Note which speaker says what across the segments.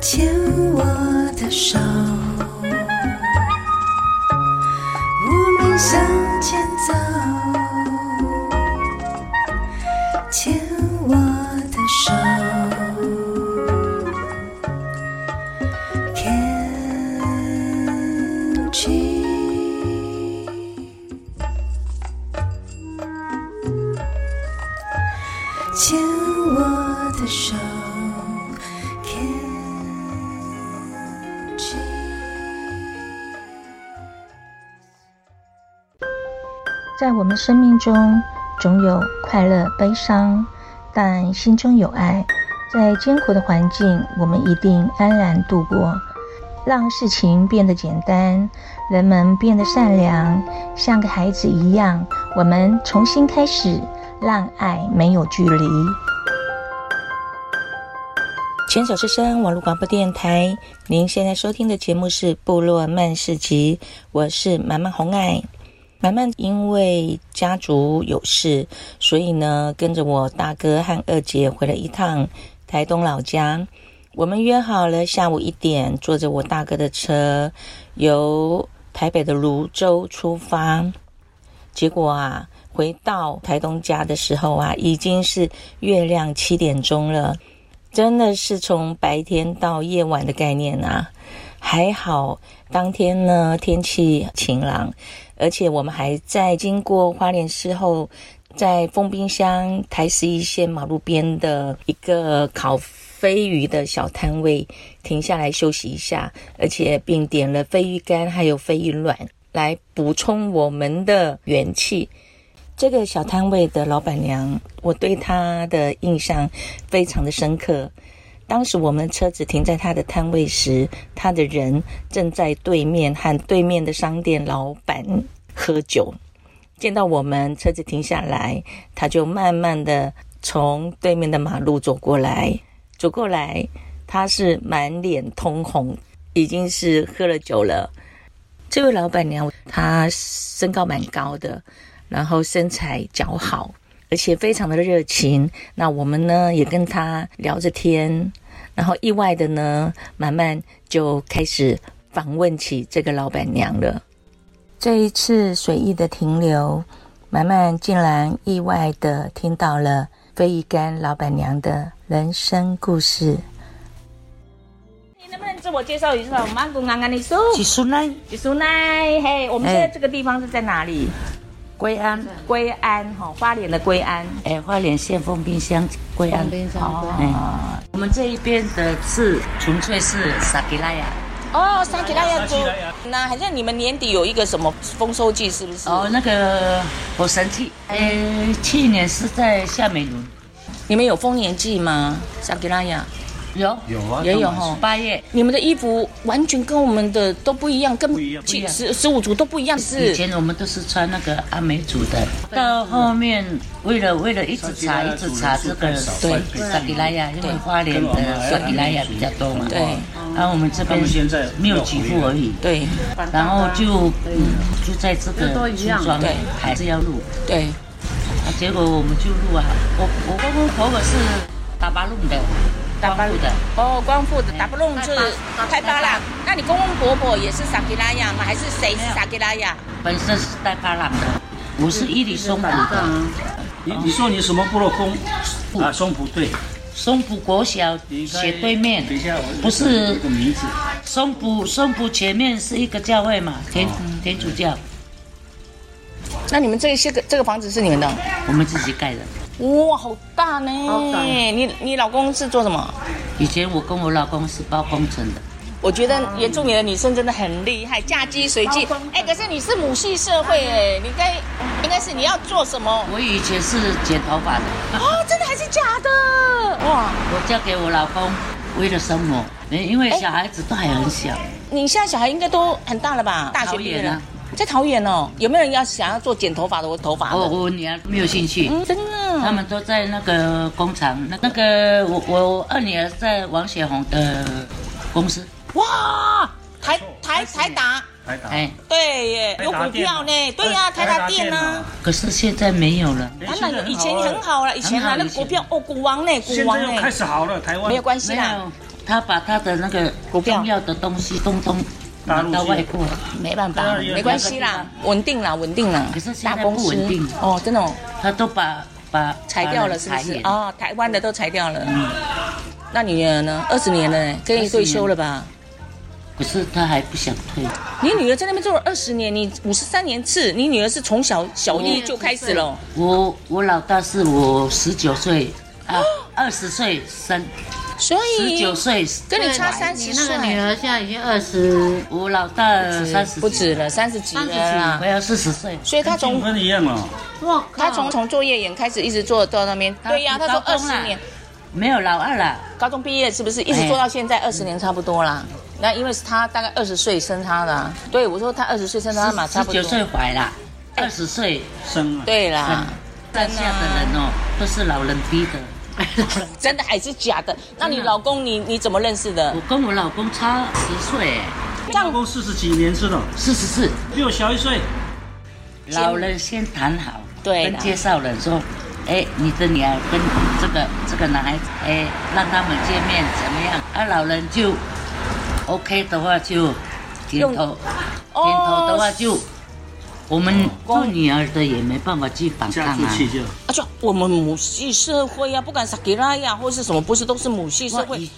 Speaker 1: 牵我的手，我们向前走，牵我的手，Can't you？牵我的手，Can't you？
Speaker 2: 在我们生命中，总有快乐、悲伤，但心中有爱。在艰苦的环境，我们一定安然度过，让事情变得简单，人们变得善良，像个孩子一样，我们重新开始，让爱没有距离。全球之声网络广播电台，您现在收听的节目是《部落漫市集》，我是满满红爱。满满因为家族有事，所以呢，跟着我大哥和二姐回了一趟台东老家。我们约好了下午一点，坐着我大哥的车，由台北的泸州出发。结果啊，回到台东家的时候啊，已经是月亮七点钟了，真的是从白天到夜晚的概念啊。还好当天呢天气晴朗，而且我们还在经过花莲市后，在丰滨乡台十一线马路边的一个烤飞鱼的小摊位停下来休息一下，而且并点了飞鱼干还有飞鱼卵来补充我们的元气。这个小摊位的老板娘，我对她的印象非常的深刻。当时我们车子停在她的摊位时，她的人正在对面和对面的商店老板喝酒。见到我们车子停下来，她就慢慢的从对面的马路走过来，走过来，她是满脸通红，已经是喝了酒了。这位老板娘，她身高蛮高的，然后身材姣好，而且非常的热情。那我们呢也跟她聊着天，然后意外的呢，慢慢就开始访问起这个老板娘了。这一次随意的停留，满满竟然意外的听到了飞鱼干老板娘的人生故事。
Speaker 3: 你能不能自我介绍一下？我们安古安安的叔，
Speaker 4: 几叔呢？
Speaker 3: 几叔奶，嘿，我们现在
Speaker 4: 哎
Speaker 3: 这个地方是在哪里？
Speaker 4: 归安，
Speaker 3: 归安哈，花莲的归安。
Speaker 4: 哎，花莲县丰滨乡归安。
Speaker 3: 哦
Speaker 4: 哎，我们这一边的是纯粹是撒吉拉雅。
Speaker 3: 哦，撒奇拉亚州。那好像你们年底有一个什么丰收季，是不是？
Speaker 4: 哦，那个火神祭，哎，去年是在夏美伦，
Speaker 3: 你们有丰年祭吗？撒奇拉亚
Speaker 4: 有哦
Speaker 5: 有啊，
Speaker 3: 也有
Speaker 5: 当然
Speaker 3: 哈。
Speaker 4: 八月。
Speaker 3: 你们的衣服完全跟我们的都不一样，跟
Speaker 5: 一样
Speaker 3: 七
Speaker 4: 不一样
Speaker 3: 十十五族都不一样，
Speaker 4: 以
Speaker 3: 是
Speaker 4: 前我们都是穿那个阿美族的，到后面为了为了一直查一直查这个
Speaker 5: 对
Speaker 4: 撒吉拉雅，因为花莲的撒吉拉雅比较多嘛，
Speaker 3: 对
Speaker 4: 然后我们这边
Speaker 5: 他们现在
Speaker 4: 没有几户而已，
Speaker 3: 对
Speaker 4: 然后就嗯就在这个村庄
Speaker 3: 对
Speaker 4: 还是要录，
Speaker 3: 对，
Speaker 4: 啊结果我们就录啊，我我公公婆婆是打巴弄的，打巴路的，
Speaker 3: 哦，光复的打不弄就是拍巴啦。那你公公婆婆也是撒奇拉雅吗？还是谁是撒奇拉雅？
Speaker 4: 本身是带巴朗的，我是伊犁松浦的，
Speaker 5: 你你说你什么部落工？啊，松浦对，
Speaker 4: 松浦国小
Speaker 5: 你应该
Speaker 4: 斜哦对面
Speaker 5: 等一下，我，
Speaker 4: 不是
Speaker 5: 有个名字，
Speaker 4: 松浦松浦前面是一个教会嘛，天
Speaker 3: 哦
Speaker 4: 天主教，
Speaker 3: 那你们这些个这个房子是你们的？
Speaker 4: 我们自己盖的。
Speaker 3: 哇，好大呢！你你老公是做什么？
Speaker 4: 以前我跟我老公是包工程的，
Speaker 3: 我觉得原住民的女生真的很厉害，嫁鸡随鸡。哎、可是你是母系社会哎，你该应该是你要做什么？
Speaker 4: 我以前是剪头发的。
Speaker 3: 哦，真的还是假的？哇！
Speaker 4: 我嫁给我老公，为了生活，没因为小孩子都还很小，
Speaker 3: 你现在小孩应该都很大了吧？大学毕业了，在桃园哦。有没有人要想要做剪头发的？哦我头发的
Speaker 4: 我我女儿没有兴趣。
Speaker 3: 嗯，真
Speaker 4: 他
Speaker 3: 的。
Speaker 4: 们都在那个工厂，那那个我我我二女儿在王雪红的公司，
Speaker 3: 哇，台台台达，
Speaker 5: 台达，
Speaker 4: 哎，
Speaker 3: 对耶，
Speaker 5: 台
Speaker 3: 有
Speaker 5: 达啊
Speaker 3: 股票呢。对呀、台达店呢、啊。
Speaker 4: 可是现在没有了。
Speaker 5: 哎
Speaker 3: 当
Speaker 5: 现在
Speaker 3: 然以前很好了，以前啊
Speaker 4: 很好
Speaker 3: 那个股票哦，股王呢，股
Speaker 5: 现
Speaker 3: 王
Speaker 5: 在又
Speaker 3: 呢
Speaker 5: 开，始好了，台湾
Speaker 2: 啊
Speaker 3: 没有关系
Speaker 4: 没
Speaker 3: 啦
Speaker 4: 有。他把他的那个
Speaker 2: 股票
Speaker 4: 重要的东西通通
Speaker 5: 大
Speaker 4: 拿
Speaker 5: 陆去
Speaker 4: 到外国，
Speaker 2: 没办
Speaker 5: 当
Speaker 2: 法，
Speaker 5: 然有
Speaker 2: 没关系啦，稳定啦，稳定啦。
Speaker 4: 可是现
Speaker 2: 大
Speaker 4: 在
Speaker 2: 公司
Speaker 4: 不稳定
Speaker 2: 哦，真的哦，
Speaker 4: 他都把把
Speaker 2: 裁掉了是不是？
Speaker 4: 啊，
Speaker 2: 啊、台湾的都裁掉了。那你女儿呢？二十年了呢，可以
Speaker 4: 20
Speaker 2: 退休了吧？
Speaker 4: 可是他还不想退，
Speaker 2: 你女儿在那边做了二十年，你五十三年次，你女儿是从小小一就开始了哦。
Speaker 4: 我我老大是我十九岁啊，二十岁生，
Speaker 2: 所
Speaker 4: 十
Speaker 2: 以
Speaker 4: 九岁，
Speaker 2: 跟你差
Speaker 1: 对
Speaker 2: 三十
Speaker 1: 你那个女
Speaker 2: 岁，
Speaker 1: 儿现在已经二十，
Speaker 4: 我老大三十，
Speaker 2: 不止啊了，三十几
Speaker 1: 30几
Speaker 2: 了啦
Speaker 4: 我。要四十岁。
Speaker 2: 所以她
Speaker 5: 跟
Speaker 2: 从
Speaker 5: 婚一样哦，
Speaker 1: 我靠，
Speaker 2: 她从从作业员开始一直做到那边。
Speaker 4: 她
Speaker 2: 对呀、她说
Speaker 4: 高
Speaker 2: 二
Speaker 4: 中
Speaker 2: 十
Speaker 4: 啦
Speaker 2: 年，
Speaker 4: 没有老二啦，
Speaker 2: 高中毕业是不是一直做到现在二十年差不多啦？那因为是她大概二十岁生她的啊、对我说她二十岁生嗯她嘛，差
Speaker 4: 十
Speaker 2: 不多
Speaker 4: 九。岁怀啦，
Speaker 2: 哎
Speaker 4: 二十岁
Speaker 5: 生啊，
Speaker 2: 对
Speaker 4: 生
Speaker 2: 啦，。
Speaker 4: 在下的人哦，都是老人 逼的。
Speaker 2: 真的还是假的？那你老公你你怎么认识的
Speaker 4: 我？跟我老公差十岁，
Speaker 2: 这
Speaker 5: 老
Speaker 2: 样
Speaker 5: 公四十几年知道，
Speaker 4: 四十四。
Speaker 5: 比我小一岁，
Speaker 4: 老人先谈好，
Speaker 2: 对
Speaker 4: 跟
Speaker 2: 啦
Speaker 4: 介绍人说，哎，你的女儿跟这个这个男孩子，哎，让他们见面怎么样？啊，老人就 OK 的话就点
Speaker 2: 用
Speaker 4: 头，
Speaker 2: 哦
Speaker 4: 点头的话就。我们做女儿的也没办法去反抗
Speaker 5: 家
Speaker 4: 啊
Speaker 5: 住，气就
Speaker 2: 啊，就我们母系社会呀、啊，不管萨吉拉呀或是什么，不是都是母系社
Speaker 4: 哇
Speaker 2: 会
Speaker 4: 以。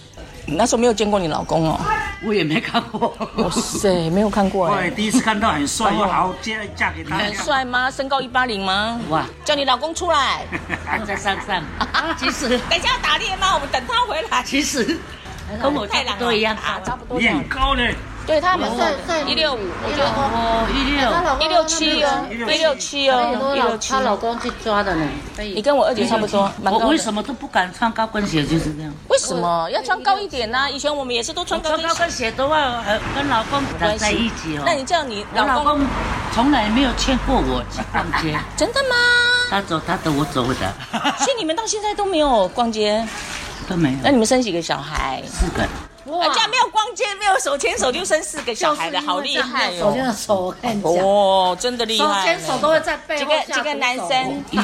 Speaker 2: 你那时候没有见过你老公哦，
Speaker 4: 我也没看过。
Speaker 2: 哇塞，没有看过
Speaker 5: 后
Speaker 2: 哎、
Speaker 5: 来第一次看到很
Speaker 4: 哎
Speaker 5: 帅，我好嫁嫁给 他，
Speaker 2: 很帅吗？身高一八零吗？
Speaker 4: 哇，
Speaker 2: 叫你老公出来，
Speaker 4: 还在山上。其实
Speaker 2: 等一下要打猎吗？我们等他回来。
Speaker 4: 其实跟我差
Speaker 2: 太
Speaker 4: 不
Speaker 2: 懒
Speaker 4: 多
Speaker 2: 了
Speaker 4: 一样
Speaker 2: 啊，差不多
Speaker 5: 你
Speaker 2: 这样
Speaker 5: 很。高嘞，
Speaker 2: 对他蛮
Speaker 1: 在
Speaker 2: 瘦的
Speaker 1: 在
Speaker 2: 一六五，我觉得
Speaker 4: 哦，一六
Speaker 1: 她老公
Speaker 2: 一六七哦，
Speaker 5: 167
Speaker 2: 一六七
Speaker 1: 她有
Speaker 2: 哦，
Speaker 1: 多
Speaker 2: 一六
Speaker 1: 老
Speaker 2: 七
Speaker 1: 她。老公去抓的呢，被
Speaker 2: 你跟我二姐差不多，蛮高
Speaker 4: 我
Speaker 2: 的。
Speaker 4: 为什么都不敢穿高跟鞋？就是这样。
Speaker 2: 为什么要穿高一点呢、以前我们也是都穿
Speaker 4: 我
Speaker 2: 高
Speaker 4: 穿
Speaker 2: 跟
Speaker 4: 高
Speaker 2: 鞋。
Speaker 4: 跟鞋的话，还跟老公
Speaker 2: 关
Speaker 4: 绑
Speaker 2: 系
Speaker 4: 在一起哦。
Speaker 2: 那你叫你
Speaker 4: 我
Speaker 2: 老
Speaker 4: 老
Speaker 2: 公
Speaker 4: 公从来没有劝过我去逛 街，
Speaker 2: 真 的吗？
Speaker 4: 他走他的，我走我的，
Speaker 2: 所以你们到现在都没有逛街，
Speaker 4: 都没
Speaker 2: 那
Speaker 4: 有。
Speaker 2: 你们生几个小孩？
Speaker 4: 四个，
Speaker 2: 人家没有逛街，没有手牵手就生四个小孩
Speaker 1: 啊
Speaker 2: 的，好厉害
Speaker 1: 手牵
Speaker 2: 哦！
Speaker 1: 着手，我跟你讲，
Speaker 2: 哦，真的厉
Speaker 1: 啊手
Speaker 2: 害。
Speaker 1: 牵手都会在背
Speaker 2: 这
Speaker 1: 后
Speaker 2: 个
Speaker 1: 下
Speaker 2: 这个
Speaker 1: 毒
Speaker 2: 男
Speaker 1: 手
Speaker 2: 生，
Speaker 4: 一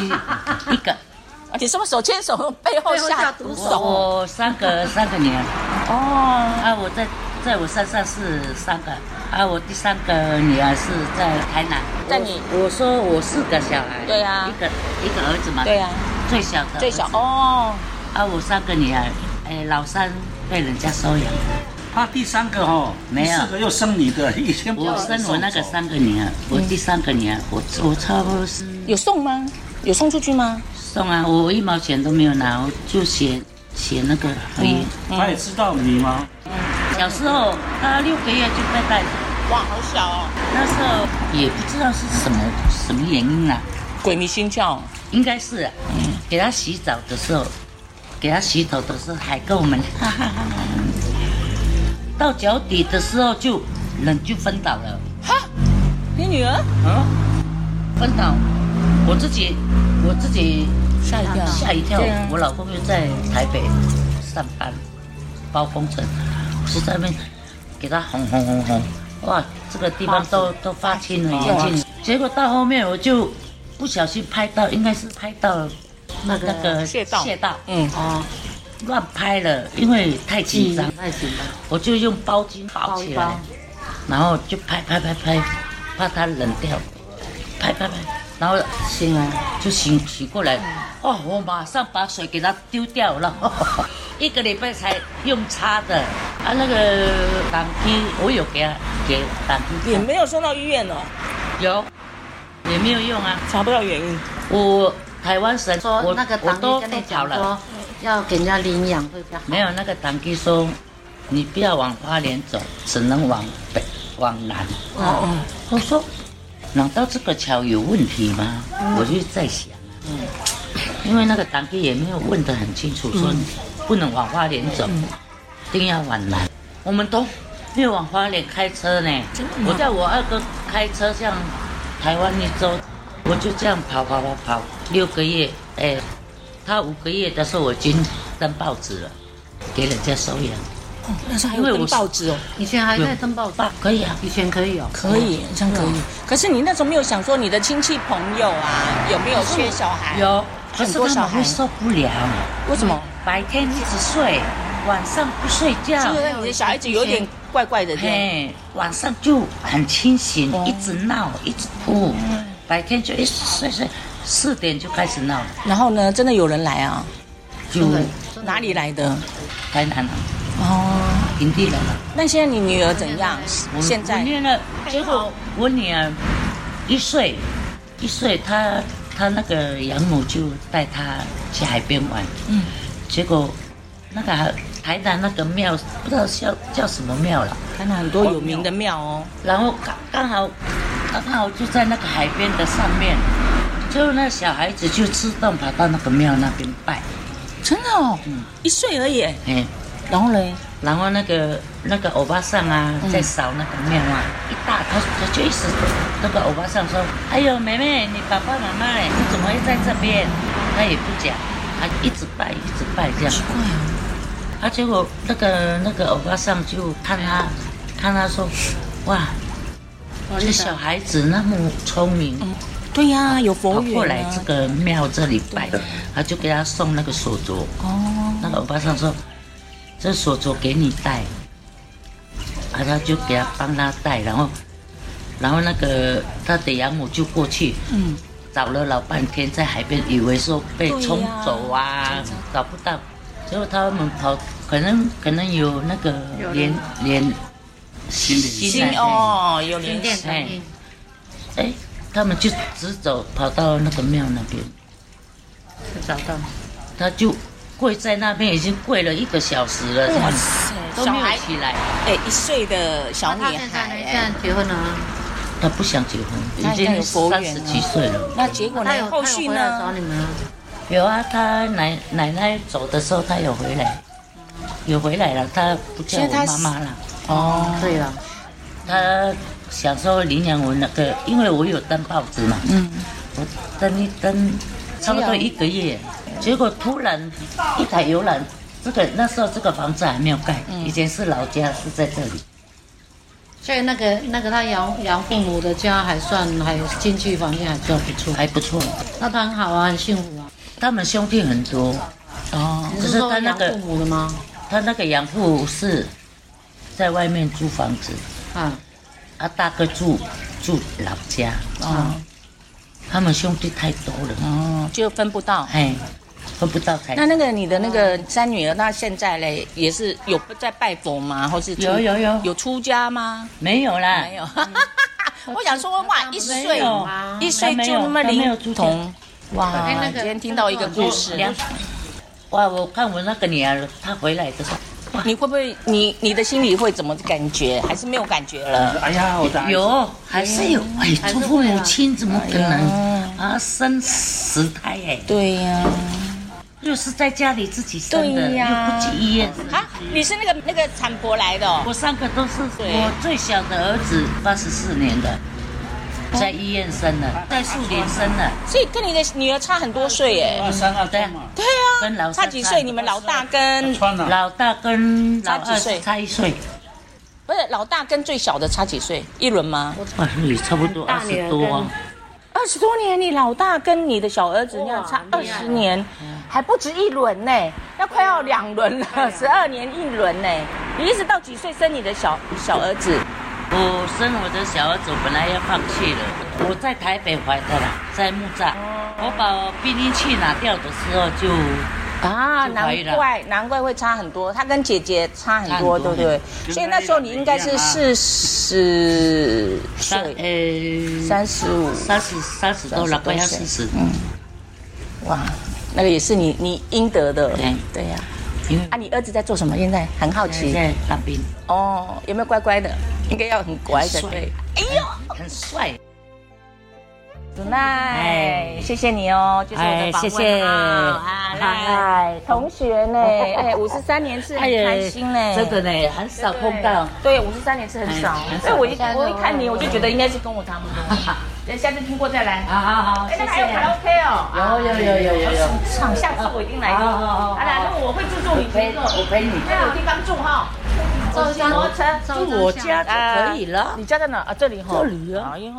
Speaker 4: 一个，
Speaker 2: 啊你是不是手牵手背后下毒手？
Speaker 4: 我三个三个女儿
Speaker 2: 哦，
Speaker 4: 啊，我在在我身上是三个啊，我第三个女儿是在台南。
Speaker 2: 在你
Speaker 4: 我说我四个小孩，
Speaker 2: 对啊
Speaker 4: 一个一个儿子嘛，
Speaker 2: 对呀，啊
Speaker 4: 最小的
Speaker 2: 最小
Speaker 4: 儿子
Speaker 2: 哦，
Speaker 4: 啊，我三个女儿，哎，老三被人家收养，
Speaker 5: 他第三个哦，
Speaker 4: 没有
Speaker 5: 第四个又生你的，以前不
Speaker 4: 我生我那个
Speaker 5: 送走
Speaker 4: 三个女
Speaker 2: 嗯
Speaker 4: 儿，我第三个女儿，我我差不多是
Speaker 2: 有送吗？有送出去吗？
Speaker 4: 送啊，我一毛钱都没有拿，我就写写那个合
Speaker 2: 嗯
Speaker 4: 约。
Speaker 5: 他也知道你吗？
Speaker 4: 小时候他六个月就被带走，
Speaker 2: 哇，好小哦，
Speaker 4: 那时候也不知道是什么什么原因啦、
Speaker 2: 鬼迷心窍。
Speaker 4: 应该是、啊，给他洗澡的时候，给他洗头的时候还跟我们哈哈哈哈，到脚底的时候就人就昏倒了，
Speaker 2: 哈，你女儿
Speaker 4: 啊，昏倒，我自己我自己
Speaker 2: 吓一跳
Speaker 4: 吓一跳
Speaker 2: 对啊，
Speaker 4: 我老公又在台北上班，包工程，我是在那边给他哄哄哄哄，哇，这个地方都都发青了，眼睛，结果到后面我就不小心拍到，应该是拍到了那个
Speaker 2: 穴道
Speaker 4: 穴道，
Speaker 2: 嗯
Speaker 4: 哦，乱拍了，因为太紧张，
Speaker 1: 太紧张，
Speaker 4: 我就用包巾包
Speaker 1: 包
Speaker 4: 起
Speaker 1: 一
Speaker 4: 来
Speaker 1: 包，
Speaker 4: 然后就拍拍拍拍，怕它冷掉，拍拍拍，然后醒来就醒醒过
Speaker 1: 嗯
Speaker 4: 来，哦，我马上把水给它丢掉了， 一个礼拜才用擦的啊，那个胆汁我有给它给胆汁
Speaker 2: 也没有送到医院哦，
Speaker 4: 有，也没有用啊，
Speaker 2: 查不到原因。
Speaker 4: 我台湾神
Speaker 1: 说
Speaker 4: 我
Speaker 1: 那个
Speaker 4: 我
Speaker 1: 党
Speaker 4: 都
Speaker 1: 医跟你
Speaker 4: 好
Speaker 1: 讲
Speaker 4: 了
Speaker 1: 说，，要给人家领养会比较好，
Speaker 4: 没有那个党基说，你不要往花莲走，只能往北往南。
Speaker 2: 哦，
Speaker 4: 我说，难道这个桥有问题吗？我就在想，啊因为那个党哥也没有问得很清楚，说你不能往花莲走，一定要往南。我们都没有往花莲开车呢。我叫我二哥开车这样台湾一周，我就这样跑跑跑跑六个月，哎，他五个月的时候我已经登报纸了，给人家收养。
Speaker 2: 哦那时候还
Speaker 4: 因为
Speaker 2: 有
Speaker 4: 我
Speaker 2: 登
Speaker 4: 是
Speaker 2: 报纸哦。
Speaker 1: 以前还在登报纸
Speaker 4: 爸，可以啊，
Speaker 1: 以前可以哦，
Speaker 2: 可以，这样可以。可是你那时候没有想说你的亲戚朋友啊，有没有缺小孩？，
Speaker 4: 有，可
Speaker 2: 很
Speaker 4: 是
Speaker 2: 多
Speaker 4: 他
Speaker 2: 小
Speaker 4: 们
Speaker 2: 孩
Speaker 4: 会受不了。
Speaker 2: 为什么？
Speaker 4: 白天一直睡，晚上不睡觉
Speaker 2: 嗯
Speaker 3: 就，是你的小孩子有点怪怪的这样。
Speaker 4: 嘿，晚上就很清醒，
Speaker 1: 哦
Speaker 4: 一直闹，一直哭，
Speaker 1: 嗯
Speaker 4: 白天就一睡睡，四点就开始闹了，
Speaker 2: 然后呢，真的有人来啊？
Speaker 4: 就
Speaker 2: 哪里来的？
Speaker 4: 台南了，
Speaker 2: 哦，
Speaker 4: 平地来了。
Speaker 2: 那现在你女儿怎样？
Speaker 4: 我
Speaker 2: 现
Speaker 4: 我
Speaker 2: 在
Speaker 4: 念了，结果我女儿一岁，一岁她她那个养母就带她去海边玩，嗯，结果那个海台南那个庙不知道叫叫什么庙了，
Speaker 2: 看到很多有名的庙哦，
Speaker 4: 然后刚刚好刚好就在那个海边的上面，就那小孩子就自动跑到那个庙那边拜，
Speaker 2: 真的哦，一岁而已。
Speaker 4: 哎，
Speaker 2: 然后嘞，
Speaker 4: 然后那个那个欧巴桑啊，在扫那个庙啊，一大他他就一直那个欧巴桑说：“哎呦，妹妹，你爸爸妈妈嘞，你怎么会在这边？”他也不讲，他一直拜一直拜这样。
Speaker 2: 怪哦，
Speaker 4: 啊，结果那个那个欧巴桑就看他看他说：“哇，这小孩子那么聪明，
Speaker 2: 嗯对呀，有
Speaker 4: 跑
Speaker 2: 佛
Speaker 4: 过
Speaker 2: 缘
Speaker 4: 来这
Speaker 2: 啊。
Speaker 4: 个庙这里拜，他就给他送那个手镯。”
Speaker 2: 哦，
Speaker 4: 那个欧巴桑说：“这手镯给你戴。”啊，他就给他帮他戴，然后，然后那个他的养母就过去，嗯，找了老半天，在海边以为说被冲走啊，找不到，结果他们跑，可能可能有那个
Speaker 6: 有人
Speaker 4: 连连
Speaker 5: 心里
Speaker 4: 来
Speaker 3: 心哦，有
Speaker 6: 零
Speaker 3: 联
Speaker 6: 点
Speaker 3: 系。
Speaker 6: 感应，
Speaker 4: 哎，他们就直走跑到那个庙那边，
Speaker 6: 就找到。
Speaker 4: 他就跪在那边已经跪了一个小时了，这样都
Speaker 3: 小
Speaker 4: 没有
Speaker 3: 孩
Speaker 4: 起来。
Speaker 2: 哎，一岁的小
Speaker 6: 那
Speaker 2: 女
Speaker 6: 他现在呢？
Speaker 2: 孩，哎
Speaker 6: 现在结婚了吗？
Speaker 4: 他不想结婚，
Speaker 2: 那
Speaker 4: 已
Speaker 2: 应该
Speaker 4: 经
Speaker 2: 有佛
Speaker 4: 三
Speaker 2: 缘
Speaker 4: 十
Speaker 2: 啊
Speaker 4: 几岁了。
Speaker 2: 那结果
Speaker 6: 他有
Speaker 2: 呢？后续
Speaker 6: 他有回来
Speaker 2: 呢？
Speaker 6: 找你们了？
Speaker 4: 有啊，他奶奶奶走的时候，他有回来，有回来了。他不叫
Speaker 2: 现
Speaker 4: 我
Speaker 2: 在他
Speaker 4: 妈妈了，
Speaker 2: 哦，
Speaker 6: 对了，
Speaker 4: 他小时候领养我那个，因为我有登报纸嘛，
Speaker 2: 嗯，
Speaker 4: 我登一登，差不多一个月，结果突然一台游览，这个那时候这个房子还没有盖，
Speaker 2: 嗯
Speaker 4: 以前是老家是在这里，
Speaker 6: 所以那个那个他养养父母的家还算，还有经济环境还算不错，哎
Speaker 4: 还不错。
Speaker 6: 那他很好啊，很幸福啊。
Speaker 4: 他们兄弟很多，
Speaker 2: 哦，
Speaker 6: 你
Speaker 4: 可
Speaker 6: 是
Speaker 4: 是
Speaker 6: 说
Speaker 4: 他那
Speaker 6: 养
Speaker 4: 个
Speaker 6: 父母的吗？
Speaker 4: 他那个养父是在外面租房子。
Speaker 6: 啊，
Speaker 4: 啊，大哥住住老家，
Speaker 2: 哦，
Speaker 4: 他们兄弟太多了，
Speaker 2: 哦，就分不到。
Speaker 4: 哎，分不到财。
Speaker 2: 那那个你的那个三女儿，那现在嘞也是有在拜佛吗？或是出
Speaker 4: 有有有
Speaker 2: 有出家吗？
Speaker 4: 没有啦，
Speaker 2: 没有。 我想说哇，一岁
Speaker 4: 没有
Speaker 2: 一岁就那么
Speaker 4: 他没有他没有
Speaker 2: 灵
Speaker 4: 出家
Speaker 2: 童，哇
Speaker 6: 哎那！个
Speaker 2: 今天听到一个故事，
Speaker 4: 两。哇，我看我那个女儿，她回来的时候，
Speaker 2: 你会不会你你的心里会怎么感觉？还是没有感觉了？
Speaker 5: 哎呀，我的儿子
Speaker 4: 有还是有，哎，
Speaker 6: 还是
Speaker 4: 做父
Speaker 6: 会
Speaker 4: 母
Speaker 6: 啊
Speaker 4: 亲怎么可能啊？生十胎哎，
Speaker 2: 对呀，
Speaker 4: 又是在家里自己生的，
Speaker 2: 对
Speaker 4: 又
Speaker 2: 呀
Speaker 4: 不去医院。
Speaker 3: 啊，你是那个那个产婆来的哦，
Speaker 4: 我三个都是
Speaker 3: 对
Speaker 4: 我最小的儿子，八十四年的，在医院生的，在树林生的，
Speaker 3: 所以跟你的女儿差很多岁耶。
Speaker 5: 二三二三嘛，
Speaker 3: 对啊，
Speaker 4: 跟老三
Speaker 3: 差几
Speaker 4: 差
Speaker 3: 岁？你们老大跟
Speaker 5: 穿了
Speaker 4: 老大跟老
Speaker 2: 差
Speaker 4: 二
Speaker 2: 几岁
Speaker 4: 差一岁。
Speaker 2: 不是老大跟最小的差几岁？一轮吗？
Speaker 4: 啊，也差不多二十多啊，
Speaker 2: 二十多年，你老大跟你的小儿子那样差二十年，
Speaker 4: 嗯
Speaker 2: 还不止一轮呢，那快要两轮
Speaker 4: 哎
Speaker 2: 了，十二年一轮呢。你一直到几岁生你的小小儿子？
Speaker 4: 我生我的小儿子我本来要放弃了，我在台北怀的啦，在木栅。
Speaker 2: 哦
Speaker 4: 我把避孕器拿掉的时候就
Speaker 2: 啊，
Speaker 4: 就
Speaker 2: 难
Speaker 4: 怀孕了
Speaker 2: 怪难怪会差很多，他跟姐姐差很多，对
Speaker 4: 差很多
Speaker 2: 不对？
Speaker 5: 跟
Speaker 2: 所以那时候你应该是
Speaker 5: 他
Speaker 2: 四十
Speaker 4: 三
Speaker 2: 岁，
Speaker 4: 呃
Speaker 2: 三十五，
Speaker 4: 三十三十多了，快要四十。嗯，
Speaker 2: 哇，那个也是你你应得的，
Speaker 4: 对
Speaker 2: 对呀。
Speaker 4: 因为
Speaker 2: 啊，你儿子在做什么？现在很好
Speaker 4: 现
Speaker 2: 奇
Speaker 4: 在当兵，
Speaker 2: 哦，有没有乖乖的？应该要很乖才
Speaker 4: 很帅
Speaker 2: 对。哎
Speaker 4: 很帅。
Speaker 2: 子奈，谢谢你哦，就是我的访问
Speaker 4: 哎谢谢
Speaker 2: 啊啊来，同学呢？哎，五十三年是很开心呢，
Speaker 4: 真的呢，很少碰到。
Speaker 2: 对，五十三年是很少
Speaker 4: 哎很，少
Speaker 2: 所以我一
Speaker 6: 很少
Speaker 2: 我一看你，我就觉得应该是跟我差不多。等下次经过再来。
Speaker 4: 好好好，
Speaker 2: 哎，
Speaker 4: 谢
Speaker 2: 那还有卡拉
Speaker 4: 谢。
Speaker 2: OK 哦，
Speaker 4: 有有有有有有，
Speaker 2: 唱，下次我一定来。
Speaker 4: 好好好好
Speaker 2: 来来，那我会注重你
Speaker 4: 陪
Speaker 2: 节奏，
Speaker 4: 我陪你。
Speaker 2: 还有地方住哈。
Speaker 6: 照
Speaker 2: 骑摩托车
Speaker 6: 照
Speaker 2: 住
Speaker 6: 张
Speaker 2: 我
Speaker 6: 相
Speaker 2: 家就
Speaker 4: 可以了
Speaker 2: 你家在哪啊？这里哈。
Speaker 4: 这里啊
Speaker 2: 哎呦。